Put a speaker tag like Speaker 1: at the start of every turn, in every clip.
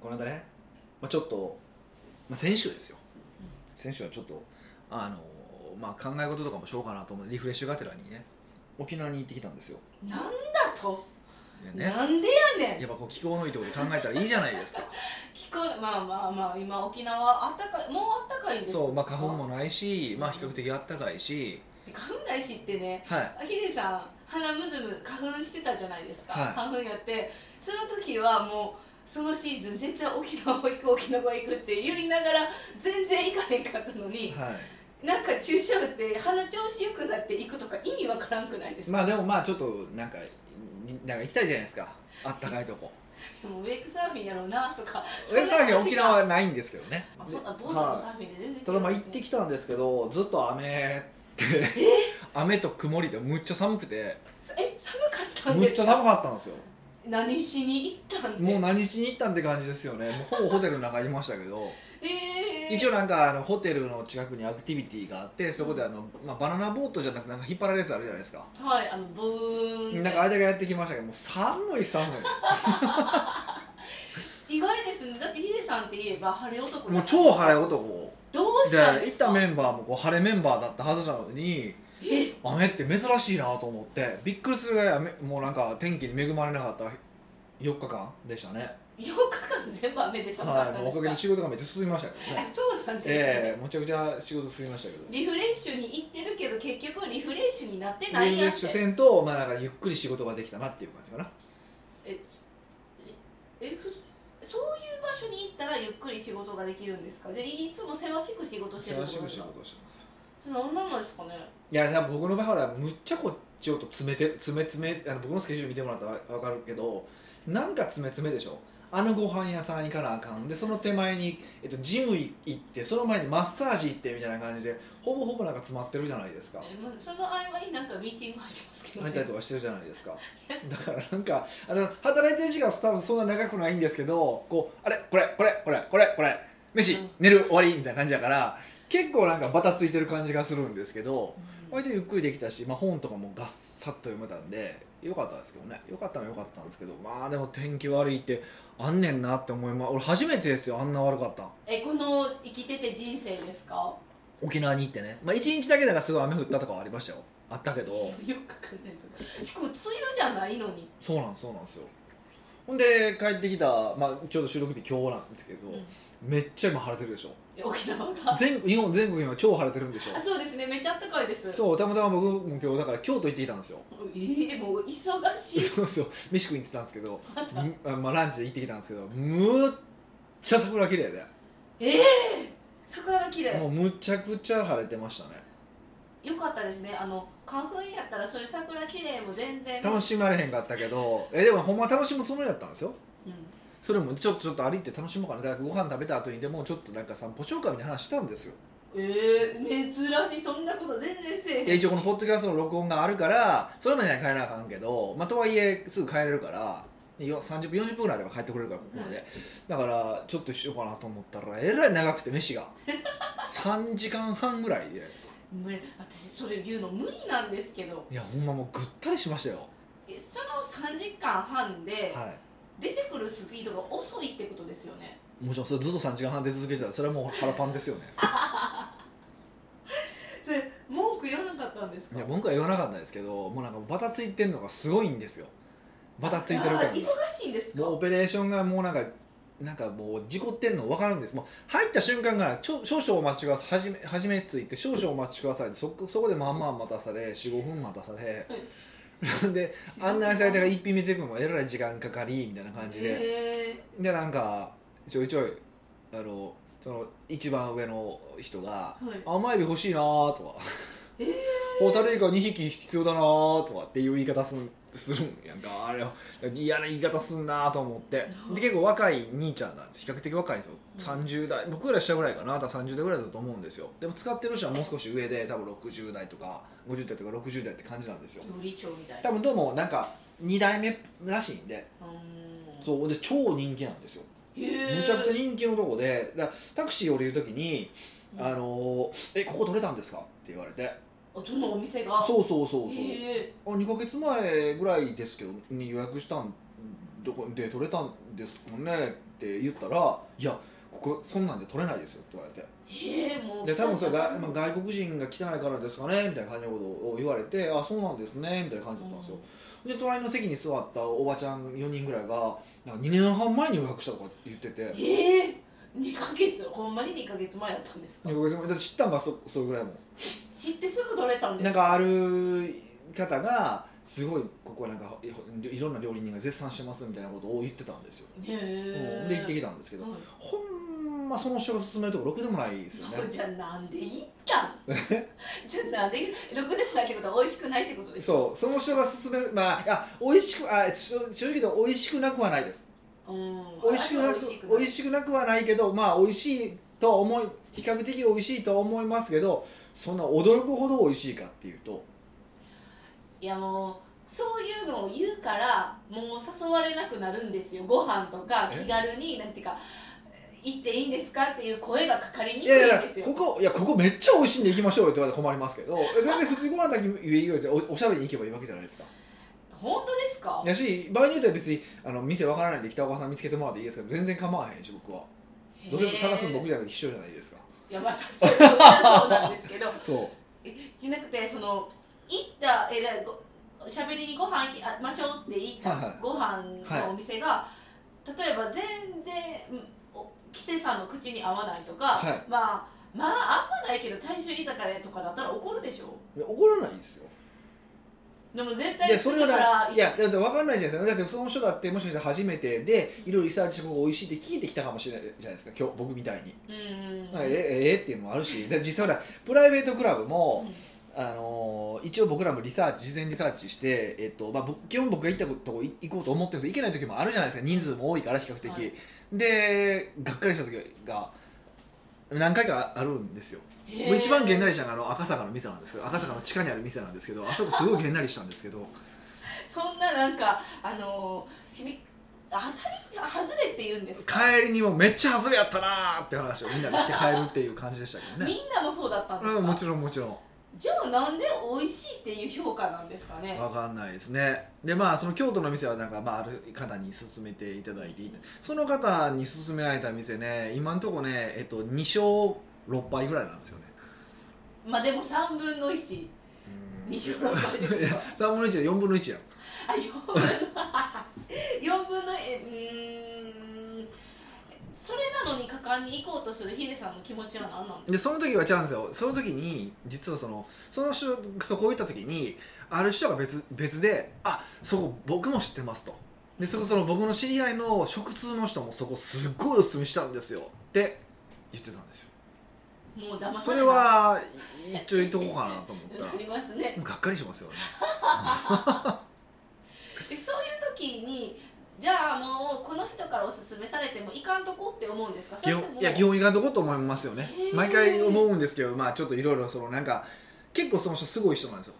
Speaker 1: この間ね、まあ、ちょっと、まあ、先週ですよ、
Speaker 2: うん
Speaker 1: 先週はちょっとあの、まあ、考え事とかもしようかなと思ってリフレッシュがてらにね沖縄に行ってきたんですよ。
Speaker 2: なんだと、
Speaker 1: でね
Speaker 2: なんでやねん
Speaker 1: やっぱこう気候のいいところで考えたらいいじゃないです か
Speaker 2: 聞こえまあまあまあ今沖縄あったかいもうあったかいんです
Speaker 1: そう、まあ、花粉もないし、まあ、比較的あったかいし、
Speaker 2: 花粉ないしってね
Speaker 1: はい、
Speaker 2: ヒデさん鼻むずむ花粉してたじゃないですか、
Speaker 1: はい
Speaker 2: 花粉やってその時はもうそのシーズン絶対沖縄行く沖縄行くって言いながら全然行かへんかったのに
Speaker 1: は
Speaker 2: なんか注射打って鼻調子良くなって行くとか意味わからんくないで
Speaker 1: い、
Speaker 2: すか、
Speaker 1: まあでもまあちょっとなんかなんか行きたいじゃないですかあったかいとこ
Speaker 2: もうウェイクサーフィンやろうなとか
Speaker 1: ウェブサーフィン
Speaker 2: そんな話が
Speaker 1: 沖縄はないんですけどね
Speaker 2: あそんなボートと
Speaker 1: はい
Speaker 2: サーフィンで全然違う
Speaker 1: ただまあ行ってきたんですけどずっと雨って雨と曇りでむっちゃ寒くて
Speaker 2: え寒かったん
Speaker 1: む
Speaker 2: で
Speaker 1: っ
Speaker 2: す
Speaker 1: ちゃ
Speaker 2: か
Speaker 1: 寒かったんですよ
Speaker 2: 何しに行ったんで
Speaker 1: もう何しに行ったんって感じですよねもうほぼホテルの中にいましたけど
Speaker 2: えー、
Speaker 1: 一応なんかあのホテルの近くにアクティビティがあってそこであの、まあ、バナナボートじゃなくてなんか引っ張られるやつあるじゃないですか
Speaker 2: はいあのブーン
Speaker 1: なんかあれだけやってきましたけどもう寒い寒
Speaker 2: 意外ですねだってヒデさんって言えば晴れ男
Speaker 1: いもう超晴れ
Speaker 2: 男
Speaker 1: 男
Speaker 2: どうし
Speaker 1: で
Speaker 2: たん
Speaker 1: 行
Speaker 2: で
Speaker 1: っ
Speaker 2: すか
Speaker 1: たメンバーもこう晴れメンバーだったはずなのに
Speaker 2: え
Speaker 1: 雨って珍しいなと思ってびっくりするぐらい雨もうなんか天気に恵まれなかった4日間でしたね
Speaker 2: 8日間全部雨で寒か
Speaker 1: は
Speaker 2: っ
Speaker 1: い
Speaker 2: た
Speaker 1: も
Speaker 2: ん
Speaker 1: う
Speaker 2: で
Speaker 1: おか
Speaker 2: す
Speaker 1: げ
Speaker 2: か、
Speaker 1: で仕事がめっちゃ進みましたけどね
Speaker 2: あそうなんですね、
Speaker 1: ええむちゃくちゃ仕事進みましたけど
Speaker 2: リフレッシュに行ってるけど結局リフレッシュになってな
Speaker 1: リ
Speaker 2: い
Speaker 1: フレ
Speaker 2: や
Speaker 1: ッ
Speaker 2: んっ
Speaker 1: シ
Speaker 2: て
Speaker 1: ュせんと、まあ、なんかゆっくり仕事ができたなっていう感じかな
Speaker 2: えつえふそういう場所に行ったらゆっくり仕事ができるんですかじゃあいつもせわしく仕事してる
Speaker 1: 忙
Speaker 2: って
Speaker 1: し
Speaker 2: こと
Speaker 1: く
Speaker 2: です
Speaker 1: 仕
Speaker 2: か
Speaker 1: 事をしてます
Speaker 2: それ何なんですかね
Speaker 1: いや多分僕の場合はむっちゃこっちをと詰めて詰め詰めあの僕のスケジュール見てもらったら分かるけどなんか詰め詰めでしょあのご飯屋さん行かなあかんでその手前に、えっと、ジム行ってその前にマッサージ行ってみたいな感じでほぼほぼなんか詰まってるじゃないですか
Speaker 2: えまあその合間になんかミーティング入ってますけ
Speaker 1: 入
Speaker 2: どね
Speaker 1: ったりとかしてるじゃないですかだからなんかあの働いてる時間は多分そんな長くないんですけどこうあれこれこれこれこれこれ飯
Speaker 2: うん
Speaker 1: 寝る終わりみたいな感じだから結構なんかバタついてる感じがするんですけど
Speaker 2: うん
Speaker 1: 割とゆっくりできたし、まあ、本とかもガッサッと読めたんでよかったですけどねよかったのはよかったんですけどまあでも天気悪いってあんねんなって思います俺初めてですよあんな悪かったん
Speaker 2: えこの生きてて人生ですか
Speaker 1: 沖縄に行ってねまあ一日だけだからすごい雨降ったとかはありましたよあったけど
Speaker 2: 4日間ですしかも梅雨じゃないのに、
Speaker 1: そうなんそうなんですよほんで帰ってきた、まあ、ちょうど収録日今日なんですけど、めっちゃ今晴れてるでしょ
Speaker 2: え沖縄が
Speaker 1: 全日本全国今超晴れてるんでし
Speaker 2: あ
Speaker 1: ょ
Speaker 2: そうですねめっちゃあったかいです
Speaker 1: そうたまたま僕も今日だから京都行ってきたんですよ
Speaker 2: えー、もう忙しい
Speaker 1: そうそう飯食いに行ってたんですけど、ん あまあ、ランチで行ってきたんですけどむっちゃ桜綺麗で
Speaker 2: ええ桜が綺
Speaker 1: も
Speaker 2: 麗
Speaker 1: うむちゃくちゃ晴れてましたね
Speaker 2: よかったですねあの花粉やったらそういう桜綺麗も全然
Speaker 1: 楽しまれへんかったけどえでもほんま楽しむつもりだったんですよ
Speaker 2: うん
Speaker 1: それもちょっとちょっと歩いて楽しもうかなだからご飯食べた後にでもちょっとなんか散歩しようかみたいな話したんですよ
Speaker 2: ええ珍しいそんなこと全然せえへん
Speaker 1: いや一応このポッドキャストの録音があるからそれまでには帰らなあかんけど、まあ、とはいえすぐ帰れるからよ30分40分ぐらいあれば帰ってくれるからここまで、だからちょっとしようかなと思ったらえらい長くて飯が3時間半ぐらいで
Speaker 2: 無理私それ言うの無理なんですけど
Speaker 1: いやほんまもうぐったりしましたよ
Speaker 2: えその3時間半で
Speaker 1: は
Speaker 2: 出てくるスピードが遅いってことですよね
Speaker 1: いもちろんそれずっと3時間半で続けてたらそれはもう腹パン ですよね
Speaker 2: それ文句言わなかったんですか
Speaker 1: いや文句は言わなかったですけどもうなんかバタついてんのがすごいんですよバタついてる
Speaker 2: あ
Speaker 1: 感
Speaker 2: 忙
Speaker 1: が
Speaker 2: しいんですか
Speaker 1: もうオペレーションがもうなんかなんかもう事故ってんの分かるんですもう入った瞬間からちょ少々お待ちくださいはじめはじめついて少々お待ちくださいそこそこでまあまあ待たされ45分待たされ、 で案内されてから一品見てくのもえらい時間かかりみたいな感じで、
Speaker 2: へえ
Speaker 1: でなんかちょいちょいあのその一番上の人が
Speaker 2: はい
Speaker 1: 「甘エビ欲しいな」とか
Speaker 2: えー
Speaker 1: 「ホタルイカ2匹必要だな」とかっていう言い方すんするんやんかあれ嫌な言い方すんなと思ってで結構若い兄ちゃんなんです比較的若いんですよ
Speaker 2: うん
Speaker 1: 30代僕よりは下ぐらいかな多分30代ぐらいだと思うんですよでも使ってる人はもう少し上で多分60代とか50代とか60代って感じなんですよ
Speaker 2: 料理長みたいな
Speaker 1: 多分どうもなんか2代目らしいんで
Speaker 2: う
Speaker 1: そうで超人気なんですよ
Speaker 2: へえ
Speaker 1: むちゃくちゃ人気のとこでだタクシー降りるときに「あ
Speaker 2: あ
Speaker 1: のえここ取れたんですか?」って言われて
Speaker 2: そのお
Speaker 1: 「
Speaker 2: 店が
Speaker 1: そうそうそうそう
Speaker 2: へえ
Speaker 1: あ2ヶ月前ぐらいですけどに予約したんどこで取れたんですかねって言ったらいやここそんなんで取れないですよって言われて
Speaker 2: へえもう
Speaker 1: で多分それが、まあ、
Speaker 2: うん
Speaker 1: 外国人が来てないからですかねみたいな感じのことを言われてあそうなんですねみたいな感じだったんですよ、で隣の席に座ったおばちゃん4人ぐらいがなんか2年半前に予約したとか言ってて
Speaker 2: ええ二ヶ月ほんまに二ヶ月前やったんですか
Speaker 1: 僕だって知ったんがそそれぐらいも
Speaker 2: 知ってすぐ取れたんで
Speaker 1: な
Speaker 2: す
Speaker 1: んかある方がすごいここはなんかいいろんな料理人が絶賛してますみたいなことを言ってたんですよ、
Speaker 2: へえ
Speaker 1: うんで行ってき
Speaker 2: た
Speaker 1: たんですけど、ほんまその人が勧めるところくでもないですよね
Speaker 2: じゃあなんで行った んじゃあなんでろくでもないってことは美味しくないってことです
Speaker 1: そうその人が勧めるまああ美味しくあしょ正直言うと美味しくなくはないです
Speaker 2: うん
Speaker 1: 美味しくなく美味
Speaker 2: し
Speaker 1: しくなくはないけどまあ美味しいとは思い比較的美味しいとは思いますけどそんな驚くほど美味しいかっていうと
Speaker 2: いやもうそういうのを言うからもう誘われなくなるんですよご飯とか
Speaker 1: え
Speaker 2: 気軽になんていうか行っていいんですかっていう声がかかりにくいん
Speaker 1: いやいや
Speaker 2: ですよ
Speaker 1: ここいやここめっちゃ美味しいんで行きましょうよって言われて困りますけど全然普通にご飯だけ言えよっておおしゃべりに行けばいいわけじゃないですか
Speaker 2: 本当ですか
Speaker 1: やし場合によっては別にあの店わからないんで北岡さん見つけてもらっていいですけど全然構わへんし僕はどうせ探すの僕
Speaker 2: へ
Speaker 1: じゃなくて秘書じゃないですか
Speaker 2: えいやまあそうそうそうなんですけど
Speaker 1: そう
Speaker 2: じゃなくてその行ったえだごしゃべりにご飯行きあましょうって言っ
Speaker 1: はいは
Speaker 2: た
Speaker 1: い
Speaker 2: ご飯のお店が、例えば全然うんおキテさんの口に合わないとか、
Speaker 1: はい
Speaker 2: まあまああんまないけど大衆居酒屋とかだったら怒るでしょ
Speaker 1: いや怒らないですよ
Speaker 2: でも絶
Speaker 1: いや
Speaker 2: 対
Speaker 1: それ
Speaker 2: だ
Speaker 1: は
Speaker 2: か
Speaker 1: だ
Speaker 2: ら
Speaker 1: いやだって分かんないじゃないですかだってその人だってもしかしたら初めてでいろいろリサーチして僕美味しいって聞いてきたかもしれないじゃないですか今日僕みたいに、
Speaker 2: うんうん
Speaker 1: まあえええっていうのもあるしで実際ほらプライベートクラブ
Speaker 2: う
Speaker 1: も、
Speaker 2: ん
Speaker 1: あのー一応僕らもリサーチ事前リサーチして、えっとまあ、僕基本僕が行ったとこ行こうと思ってるんですけど行けない時もあるじゃないですか人数も多いから比較的、
Speaker 2: はい
Speaker 1: でがっかりした時が何回かあるんですよ
Speaker 2: へ
Speaker 1: もう
Speaker 2: え
Speaker 1: 一番げんなりしたのがあの赤坂の店なんですけど赤坂の地下にある店なんですけどあそこすごいげんなりしたんですけど
Speaker 2: そんななんかあのーひみ当たり外れって言うんですか
Speaker 1: 帰りにもめっちゃ外れやったなーって話をみんなでして帰るっていう感じでしたけど
Speaker 2: み
Speaker 1: ね
Speaker 2: んなもそうだったんですか、
Speaker 1: うんもちろんもちろん
Speaker 2: じゃあなんで美味しいっていう評価なんですかね
Speaker 1: わかんないですねでまあその京都の店はなんか、まあ、ある方に勧めていただいていてその方に勧められた店ね今んとこね、えっと、2勝6敗ぐらいなんですよね
Speaker 2: まあでも3分の12
Speaker 1: うん
Speaker 2: 勝6敗で
Speaker 1: いや3分の1や4分の1やん
Speaker 2: あ4分の4分のえうーんそれなのに果敢に行こうとするヒデさんの気持ちは何なんで
Speaker 1: でその時はチャンスよその時に実はそのその人そこ行った時にある人が別別で「あそこ僕も知ってます」とでそこその僕の知り合いの食通の人もそこすっごいおすすめしたんですよって言ってたんですよ
Speaker 2: すかもう騙されない
Speaker 1: それは一応言っとこうかなと思った
Speaker 2: な
Speaker 1: ら
Speaker 2: りますね
Speaker 1: がっかりしますよね
Speaker 2: でそういう時にじゃあもうこの人からおすすめされてもいかんとこって思うんですかそ
Speaker 1: 基
Speaker 2: れと
Speaker 1: 本
Speaker 2: も
Speaker 1: いや基本いかんとこと思いますよね
Speaker 2: へー
Speaker 1: 毎回思うんですけどまあちょっといろいろそのなんか結構その人すごい人なんですよ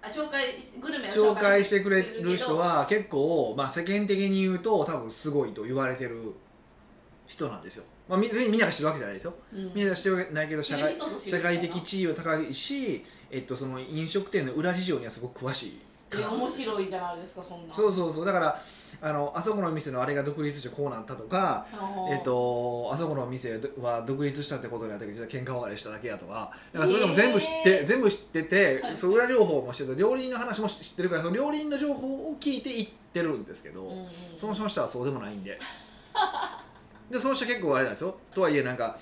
Speaker 2: あ紹介しグルメを
Speaker 1: 紹
Speaker 2: 紹介
Speaker 1: 介してくれる人は結構、まあ、世間的に言うと多分すごいと言われてる人なんですよ、まあ、みみんなが知るわけじゃないですよ
Speaker 2: うん
Speaker 1: みんなが知るわけないけど社会
Speaker 2: 知る人ぞ知
Speaker 1: 社
Speaker 2: るみたい
Speaker 1: 会
Speaker 2: な
Speaker 1: 的地位は高いし、えっと、その飲食店の裏事情にはすごく詳しい
Speaker 2: いや面
Speaker 1: い
Speaker 2: 白いじゃないですかそんな
Speaker 1: そうそうそうだからあのあそこの店のあれが独立してこうなったとか
Speaker 2: あのー
Speaker 1: えっと、あそこのお店は独立したってことになったけど実は喧嘩別れしただけやとかだからそれでも全部知って、
Speaker 2: えー
Speaker 1: 全部知ってて、
Speaker 2: はい
Speaker 1: そう裏情報も知ってて料理人の話も知ってるからその料理人の情報を聞いて行ってるんですけど、
Speaker 2: うんうん
Speaker 1: その人の人はそうでもないんででその人結構あれなんですよとはいえなんか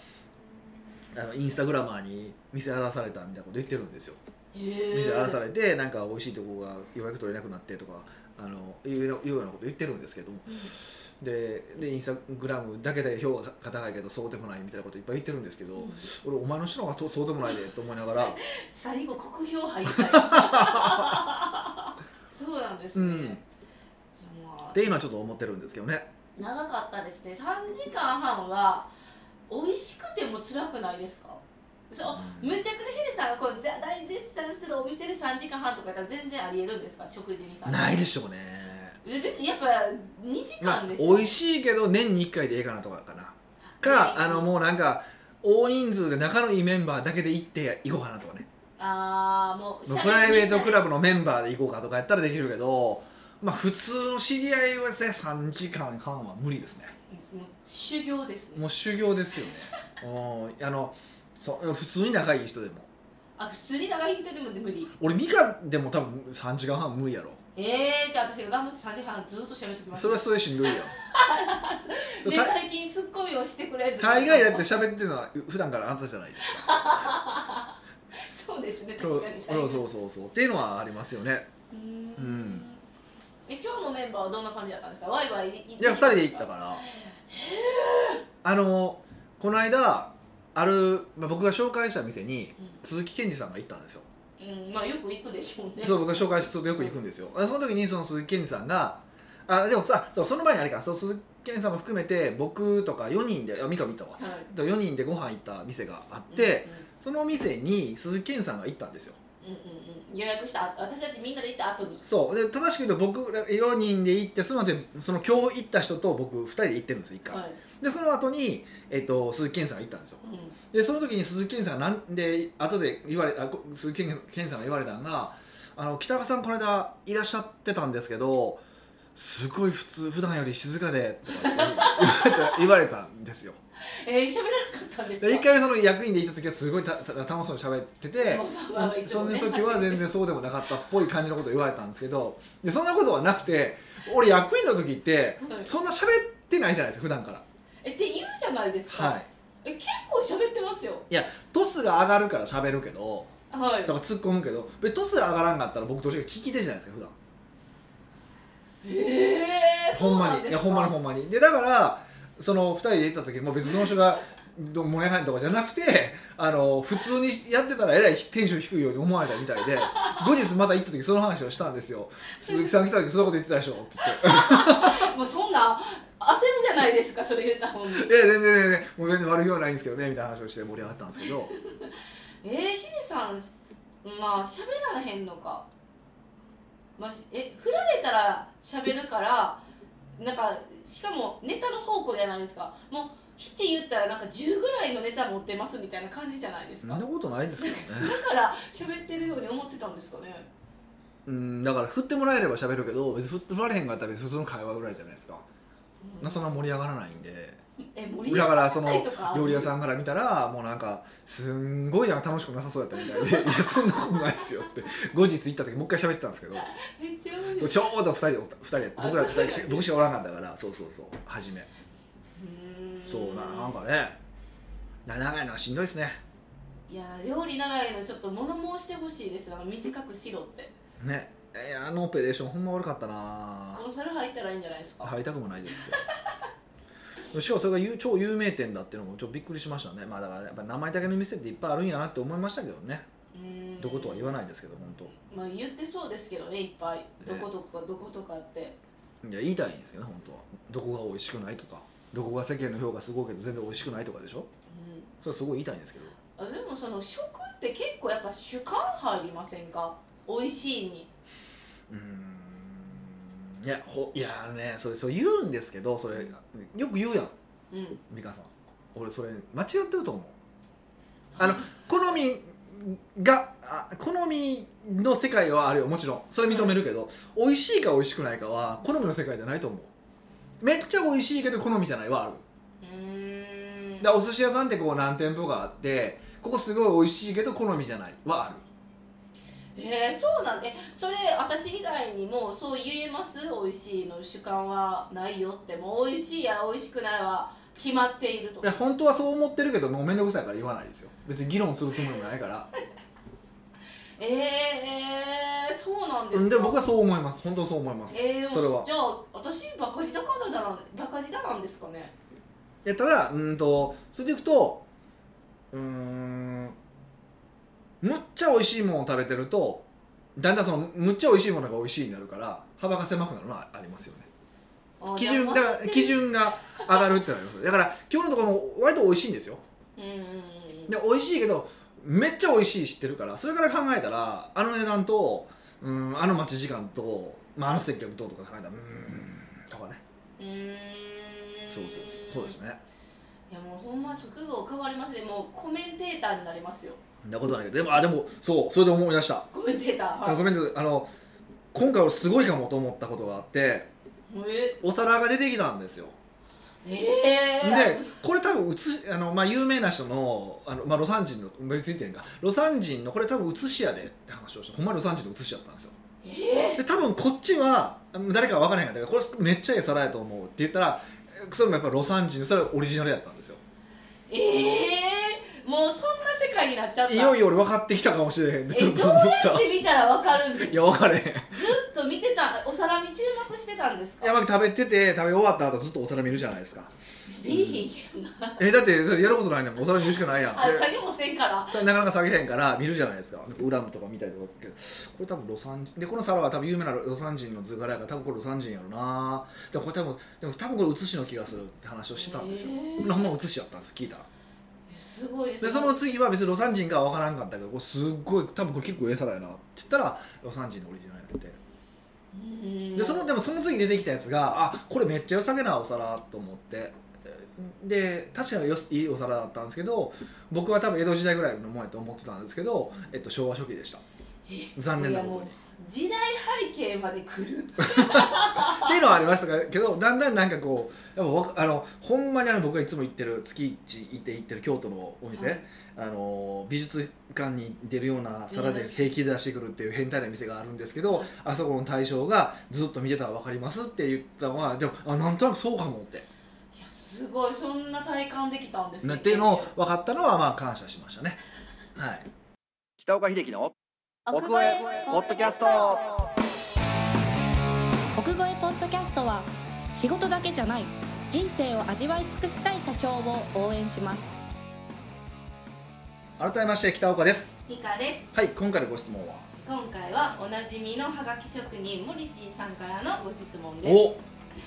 Speaker 1: あのインスタグラマーに店荒らされたみたいなこと言ってるんですよ
Speaker 2: へ
Speaker 1: 店荒ら
Speaker 2: ー
Speaker 1: されてなんか美味しいとこが予約取れなくなってとかあのいうよういうようなこと言ってるんですけどででインスタグラムだけで評価が高いけどそうでもないみたいなこといっぱい言ってるんですけど、
Speaker 2: うん
Speaker 1: 俺お前の人の方がとそうでもないでと思いなが ら
Speaker 2: 最後酷 評入ったよそうなんです
Speaker 1: う
Speaker 2: ね、
Speaker 1: ん
Speaker 2: その
Speaker 1: っていうのはちょっと思ってるんですけどね
Speaker 2: 長かったですね3時間半は美味しくても辛くないですかそう
Speaker 1: うん
Speaker 2: むちゃくちゃヒデさんがこうざ大絶賛するお店で3時間半とかやったら全然ありえるんですか食事にさ
Speaker 1: ないで
Speaker 2: し
Speaker 1: しょうね、
Speaker 2: やっぱ2時
Speaker 1: まあ
Speaker 2: 間、ですよ、
Speaker 1: 美味しいけど年に1回でええかなとかかなかあのもうなんか大人数で仲のいいメンバーだけで行って行こうかなとかね
Speaker 2: ああもう
Speaker 1: プライベートクラブ
Speaker 2: の
Speaker 1: のメンバーで行こうかとかやったらできるけどまあ普通の知り合いはさ3時間半は無理ですね
Speaker 2: もう修行ですね
Speaker 1: もう修行ですよね うんあのそう普通に仲いい人でも
Speaker 2: あ普通に長い人でも無理
Speaker 1: 俺ミカでも多分3時間半無理やろ
Speaker 2: えー、じゃあ私が頑張って3時半ずっと喋っときます
Speaker 1: それはそれしんどい よそう
Speaker 2: で
Speaker 1: た
Speaker 2: 最近ツッコミをしてくれず
Speaker 1: 大概だって喋ってるのは普段からあんたじゃない ですか
Speaker 2: そうですね
Speaker 1: そう
Speaker 2: 確か
Speaker 1: そう
Speaker 2: に
Speaker 1: そうそうそうっていうのはありますよね
Speaker 2: うー
Speaker 1: うんん
Speaker 2: え今日のメンバーはどんな感じだったんですかワイワイい
Speaker 1: いや2人で行ったからあのこの間ある、まあ、僕が紹介した店に鈴木健二さんが行ったんですよ
Speaker 2: うん、うん、まあよく行くでしょうね
Speaker 1: そう僕が紹介してよく行くんですよでその時にその鈴木健二さんがあでもさそうその前にあれかそう鈴木健二さんも含めて僕とか4人であ三上行ったわ
Speaker 2: はい
Speaker 1: 4人でご飯行った店があって、その店に鈴木健二さんが行ったんですよ
Speaker 2: うんうんうんうん、予約した私たちみんなで行った後に
Speaker 1: そうで正しく言うと僕ら4人で行ってその後にその今日行った人と僕2人で行ってるんですよ1回、
Speaker 2: はい、
Speaker 1: でその後に、えっと鈴木健二さんが行ったんですよ
Speaker 2: う
Speaker 1: でその時に鈴木健さんがなんで後で言われあこ鈴木健さんが言われたのがあの北川さんこの間いらっしゃってたんですけどすごい普通普段より静かでとか言われた言われたんですよ
Speaker 2: ん、えー、喋らなかったんですか
Speaker 1: で一回目その役員でいた時はすごいたた楽しそうに喋ってて
Speaker 2: もうまあまあいつ
Speaker 1: そ
Speaker 2: も
Speaker 1: の
Speaker 2: ね
Speaker 1: 時は全然そうでもなかったっぽい感じのことを言われたんですけどでそんなことはなくて俺役員の時って
Speaker 2: はい
Speaker 1: そんな喋ってないじゃないですか普段から
Speaker 2: えって言うじゃないですか、
Speaker 1: はい
Speaker 2: え結構喋ってますよ
Speaker 1: トスが上がるから喋るけど
Speaker 2: はい
Speaker 1: とか突っ込むけど別にトスが上がらんかったら僕どうしようか聞き手じゃないですか普段
Speaker 2: ええー、
Speaker 1: ほんま
Speaker 2: そうなん
Speaker 1: に
Speaker 2: で
Speaker 1: い
Speaker 2: す
Speaker 1: や
Speaker 2: か
Speaker 1: ほんまにほんまにでだからその2人で行った時も別にその人がどうもやかんとかじゃなくてあの普通にやってたらえらいテンション低いように思われたみたいで 後日また行った時その話をしたんですよ鈴木さん来た時そんなこと言ってたでしょっつ って
Speaker 2: もうそんな焦るじゃないですかそれ言った方
Speaker 1: 「
Speaker 2: に
Speaker 1: いや全然全然もう全然悪いようないんですけどね」みたいな話をして盛り上がったんですけど
Speaker 2: えー、ヒデさんまあ喋らへんのか、まあ、しえ振られたら喋るからなんかしかもネタの方向じゃないですかもう七言ったらなんか10ぐらいのネタ持ってますみたいな感じじゃないです
Speaker 1: そ
Speaker 2: か
Speaker 1: んな
Speaker 2: だ
Speaker 1: ことないですけどね
Speaker 2: から喋ってるように思ってたんですかね
Speaker 1: うんだから振ってもらえれば喋るけど別に振られへんかったら別に普通の会話ぐらいじゃないですか
Speaker 2: うん
Speaker 1: そんな盛り上がらないんで。
Speaker 2: え盛り
Speaker 1: だ
Speaker 2: 上
Speaker 1: か
Speaker 2: が
Speaker 1: ら
Speaker 2: ら
Speaker 1: そ
Speaker 2: そ
Speaker 1: の
Speaker 2: の
Speaker 1: 料理屋さんから見たらもうなんかすんごいなんか楽しくなさそうやったみたい で「いやそんなことないですよ」って後日行った時もう一回喋ってたんですけど
Speaker 2: めっちゃ面
Speaker 1: そう
Speaker 2: 白い
Speaker 1: ちょうど2人でおった二人やった僕ら
Speaker 2: あそう
Speaker 1: 2
Speaker 2: なんや
Speaker 1: 人し 僕しかおらんかったからそうそうそう初め
Speaker 2: うーん
Speaker 1: そうななんかねな長いのはしんどいですね
Speaker 2: いや料理長いのちょっと物申してほしいですあの短くしろって
Speaker 1: ねいやあのオペレーションほんま悪かったな
Speaker 2: コンサル入ったらいいんじゃないですか、
Speaker 1: 入りたくもないですけどしかもそれがゆ超有名店だっていうのもちょっとびっくりしましたねまあだからやっぱ名前だけの店っていっぱいあるんやなって思いましたけどね
Speaker 2: うーん
Speaker 1: どことは言わないですけど本当
Speaker 2: まあ言ってそうですけどねいっぱいどことかどことかって
Speaker 1: いや言いたいんですけどね本当はどこが美味しくないとかどこが世間の評価すごいけど全然美味しくないとかでしょ
Speaker 2: う
Speaker 1: それはすごい言いたいんですけど
Speaker 2: んあでもその食って結構やっぱ主観入りませんか美味しいに
Speaker 1: うーんいやほいやねそれそれ言うんですけどそれよく言うやん
Speaker 2: うん
Speaker 1: 美香さん俺それ間違ってると思うあの好みがあ好みの世界はあるよもちろんそれ認めるけど、美味しいか美味しくないかは好みの世界じゃないと思うめっちゃ美味しいけど好みじゃないはある
Speaker 2: うーん
Speaker 1: でお寿司屋さんってこう何店舗があってここすごい美味しいけど好みじゃないはある
Speaker 2: えー、そうなんでそれ私以外にもそう言えます美味しいの主観はないよってもう美味しいや美味しくないは決まっていると
Speaker 1: いや本当はそう思ってるけどもう面倒くさいから言わないですよ別に議論するつもりもないから
Speaker 2: えー、えーそうなんで
Speaker 1: うん
Speaker 2: す
Speaker 1: で
Speaker 2: か
Speaker 1: も僕はそう思います本当そう思いますい
Speaker 2: えー、
Speaker 1: それは
Speaker 2: じゃあ私バカ舌からだなバカ舌なんですかね
Speaker 1: やただうーんとそれでいくとうーんむっちゃ美味しいものを食べてるとだんだんそのむっちゃ美味しいものが美味しいになるから幅が狭くなるのはありますよね
Speaker 2: あー
Speaker 1: 基
Speaker 2: じゃ
Speaker 1: 準
Speaker 2: あ
Speaker 1: だから基準が上がるってなりますだから今日のところも割と美味しいんですよ
Speaker 2: うんうんうん
Speaker 1: で美味しいけどめっちゃ美味しい知ってるからそれから考えたらあの値段とうんあの待ち時間と、まあ、あの接客ととか考えたらうーんとかね
Speaker 2: うーん
Speaker 1: そうそうそうそうですね
Speaker 2: いやもうほんま職業変わりますねもうコメンテーターになりますよ
Speaker 1: そんなことないけどでもあでもそうそれで思い出した
Speaker 2: コメンテーター
Speaker 1: あの
Speaker 2: は
Speaker 1: ごめんなさいあの今回俺すごいかもと思ったことがあって
Speaker 2: え
Speaker 1: お皿が出てきたんですよ
Speaker 2: えー、
Speaker 1: でこれ多分うつあの、まあ、有名な人のあの、まあ、魯山人の別に言ってんか魯山人のこれ多分写しやでって話をしてほんまに魯山人の写しやったんですよ
Speaker 2: え
Speaker 1: で多分こっちは誰かは分からへんかったけどこれめっちゃええ皿やと思うって言ったらえそれもやっぱ魯山人のそれはオリジナルやったんですよ
Speaker 2: ー、えー、もうそんな世界になっちゃった
Speaker 1: いよいよ俺分かってきたかもしれへんって
Speaker 2: え
Speaker 1: ちょっと
Speaker 2: どう
Speaker 1: 思っ
Speaker 2: や
Speaker 1: た
Speaker 2: って見たらわかるんです
Speaker 1: いや分かれへん
Speaker 2: ずっと見てたお皿に注目してたんですか
Speaker 1: いやまあ食べてて食べ終わった後ずっとお皿見るじゃないですか
Speaker 2: 見えへんけどな
Speaker 1: えだってだってやることないねんお皿見るしかないやん
Speaker 2: あ
Speaker 1: で
Speaker 2: 下げもせんから
Speaker 1: それなかなか下げへんから見るじゃないですか裏とか見たりとかするけどこれ多分魯山人でこの皿は多分有名な魯山人の図柄やから多分これ魯山人やろなでもこれ多分でも多分これ写しの気がするって話をしてたんですよ
Speaker 2: へー
Speaker 1: ほんま写しやったんですよ聞いたら
Speaker 2: すごいです
Speaker 1: で
Speaker 2: ね
Speaker 1: その次は別に魯山人かは分からんかったけどこれすっごい多分これ結構ええ皿やなって言ったら魯山人のオリジナルやって
Speaker 2: うん
Speaker 1: でそのでもその次出てきたやつがあこれめっちゃ良さげなお皿と思ってで確かによいいお皿だったんですけど僕は多分江戸時代ぐらいのもんやと思ってたんですけど、えっと、昭和初期でした
Speaker 2: え
Speaker 1: 残念なことに
Speaker 2: いやもう時代背景まで来る
Speaker 1: っていうのはありましたけどだんだんなんかこうやっぱわかあのほんまにあの僕がいつも行ってる月一行って行ってる京都のお店、
Speaker 2: はい
Speaker 1: あの美術館に出るような皿で平気で出してくるっていう変態な店があるんですけど、
Speaker 2: はい
Speaker 1: あそこの大将がずっと見てたら分かりますって言ったのはでもあなんとなくそうかもって。
Speaker 2: いやすごいそんな体感できたんです
Speaker 1: っていうのを分かったのはまあ感謝しましたね。はい。
Speaker 3: 北岡秀樹の
Speaker 4: 奥越え
Speaker 3: ポッドキャスト
Speaker 4: 奥越えポッドキャストは仕事だけじゃない人生を味わい尽くしたい社長を応援します
Speaker 1: 改めまして北岡です。
Speaker 2: ミカです
Speaker 1: はい、今回のご質問は。
Speaker 2: 今回はおなじみのハガキ職人モリシーさんからのご質問で
Speaker 1: お、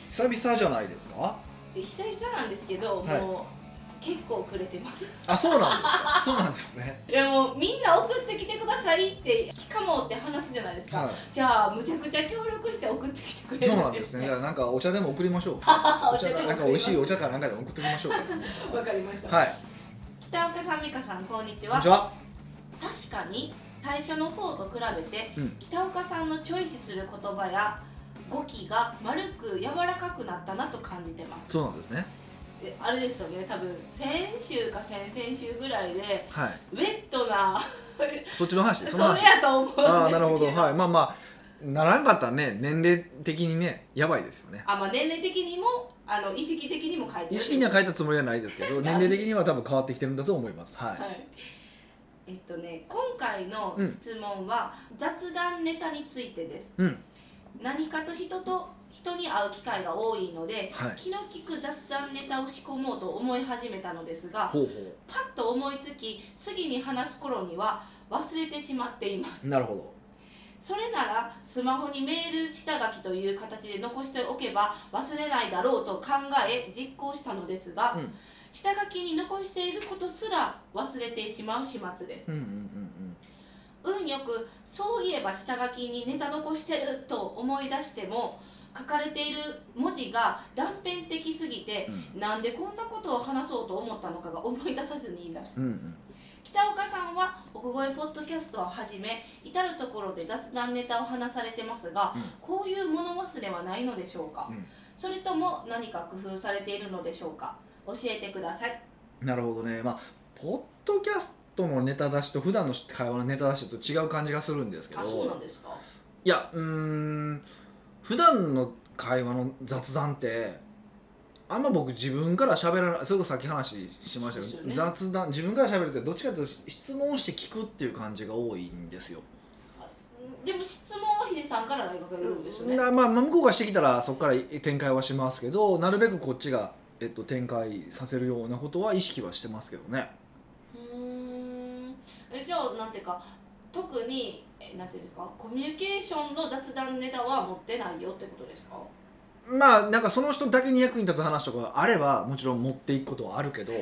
Speaker 1: 久々じゃないですか。
Speaker 2: すで久々なんですけど、
Speaker 1: はい
Speaker 2: もう結構くれてます
Speaker 1: あ、そうなんです か。そうなんですね。
Speaker 2: いやもうみんな送ってきてくださいって聞かもって話すじゃないですか、
Speaker 1: は
Speaker 2: じゃあむちゃくちゃ協力して送ってきてくれ
Speaker 1: い。
Speaker 2: る
Speaker 1: そうなん ですね。じゃあなんかお茶でも送りましょう。
Speaker 2: あ
Speaker 1: お茶かなんか美味しい
Speaker 2: わ
Speaker 1: お茶かなんかでも送っておき ましょうか。
Speaker 2: かりました、
Speaker 1: はい。
Speaker 2: 北岡さん美香さんこんに
Speaker 1: こ
Speaker 2: ち
Speaker 1: ん
Speaker 2: は
Speaker 1: にちは。
Speaker 2: 確かに最初の方と比べて、
Speaker 1: うん
Speaker 2: 北岡さんのチョイスする言葉や語気が丸く柔らかくなったなと感じてます
Speaker 1: そうなんですね。
Speaker 2: であれですよね多分先週か先々週ぐらいで
Speaker 1: はい。
Speaker 2: ウェットな
Speaker 1: そっちの話。
Speaker 2: そ
Speaker 1: の
Speaker 2: れ
Speaker 1: 話。
Speaker 2: やと思うんですけど
Speaker 1: ああ、なるほど。はい。まあまあ、ならんかったらね、年齢的にね、やばいですよね。
Speaker 2: あまあ、年齢的にもあの意識的にも書いてる
Speaker 1: 意識には変えたつも りはないですけど、年齢的には多分変わってきてるんだと思います。はい。
Speaker 2: はいえっとね今回の質問は、雑談ネタについてです
Speaker 1: うん。
Speaker 2: 何かと人と人に会う機会が多いので、
Speaker 1: はい
Speaker 2: 気の利く雑談ネタを仕込もうと思い始めたのですが
Speaker 1: ほうほ
Speaker 2: パッと思いつき次に話す頃には忘れてしまっています
Speaker 1: う。なるほど。
Speaker 2: それならスマホにメール下書きという形で残しておけば忘れないだろうと考え実行したのですが、
Speaker 1: うん
Speaker 2: 下書きに残していることすら忘れてしまう始末で
Speaker 1: う
Speaker 2: す
Speaker 1: んうんうん
Speaker 2: 運よくそういえば下書きにネタ残してると思い出しても書かれている文字が断片的すぎて
Speaker 1: うん。
Speaker 2: なんでこんなことを話そうと思ったのかが思い出さずにいました
Speaker 1: うんうん。
Speaker 2: 北岡さんは奥越えポッドキャストをはじめ至る所で雑談ネタを話されてますが、
Speaker 1: うん
Speaker 2: こういう物忘れはないのでしょうか、
Speaker 1: うん
Speaker 2: それとも何か工夫されているのでしょうか教えてください
Speaker 1: なるほどね。まあ、ポッドキャストのネタ出しと普段の会話のネタ出しと違う感じがするんですけど。
Speaker 2: あそうなんですか
Speaker 1: いや、うーん。普段の会話の雑談って。あんま僕自分から喋らないそれこそさっき話しましたけ
Speaker 2: そう
Speaker 1: ど、
Speaker 2: ですよね
Speaker 1: 雑談自分から喋るってどっちかというと質問して聞くっていう感じが多いんですよ。
Speaker 2: でも質問はヒデさんから投げかけるんですよね
Speaker 1: なまあ、まあ向こうがしてきたらそこから展開はしますけどなるべくこっちが、えっと、展開させるようなことは意識はしてますけどね
Speaker 2: うーんえじゃあなんていうか特にえなんていうんですかコミュニケーションの雑談ネタは持ってないよってことですか
Speaker 1: まあなんかその人だけに役に立つ話とかあればもちろん持っていくことはあるけどい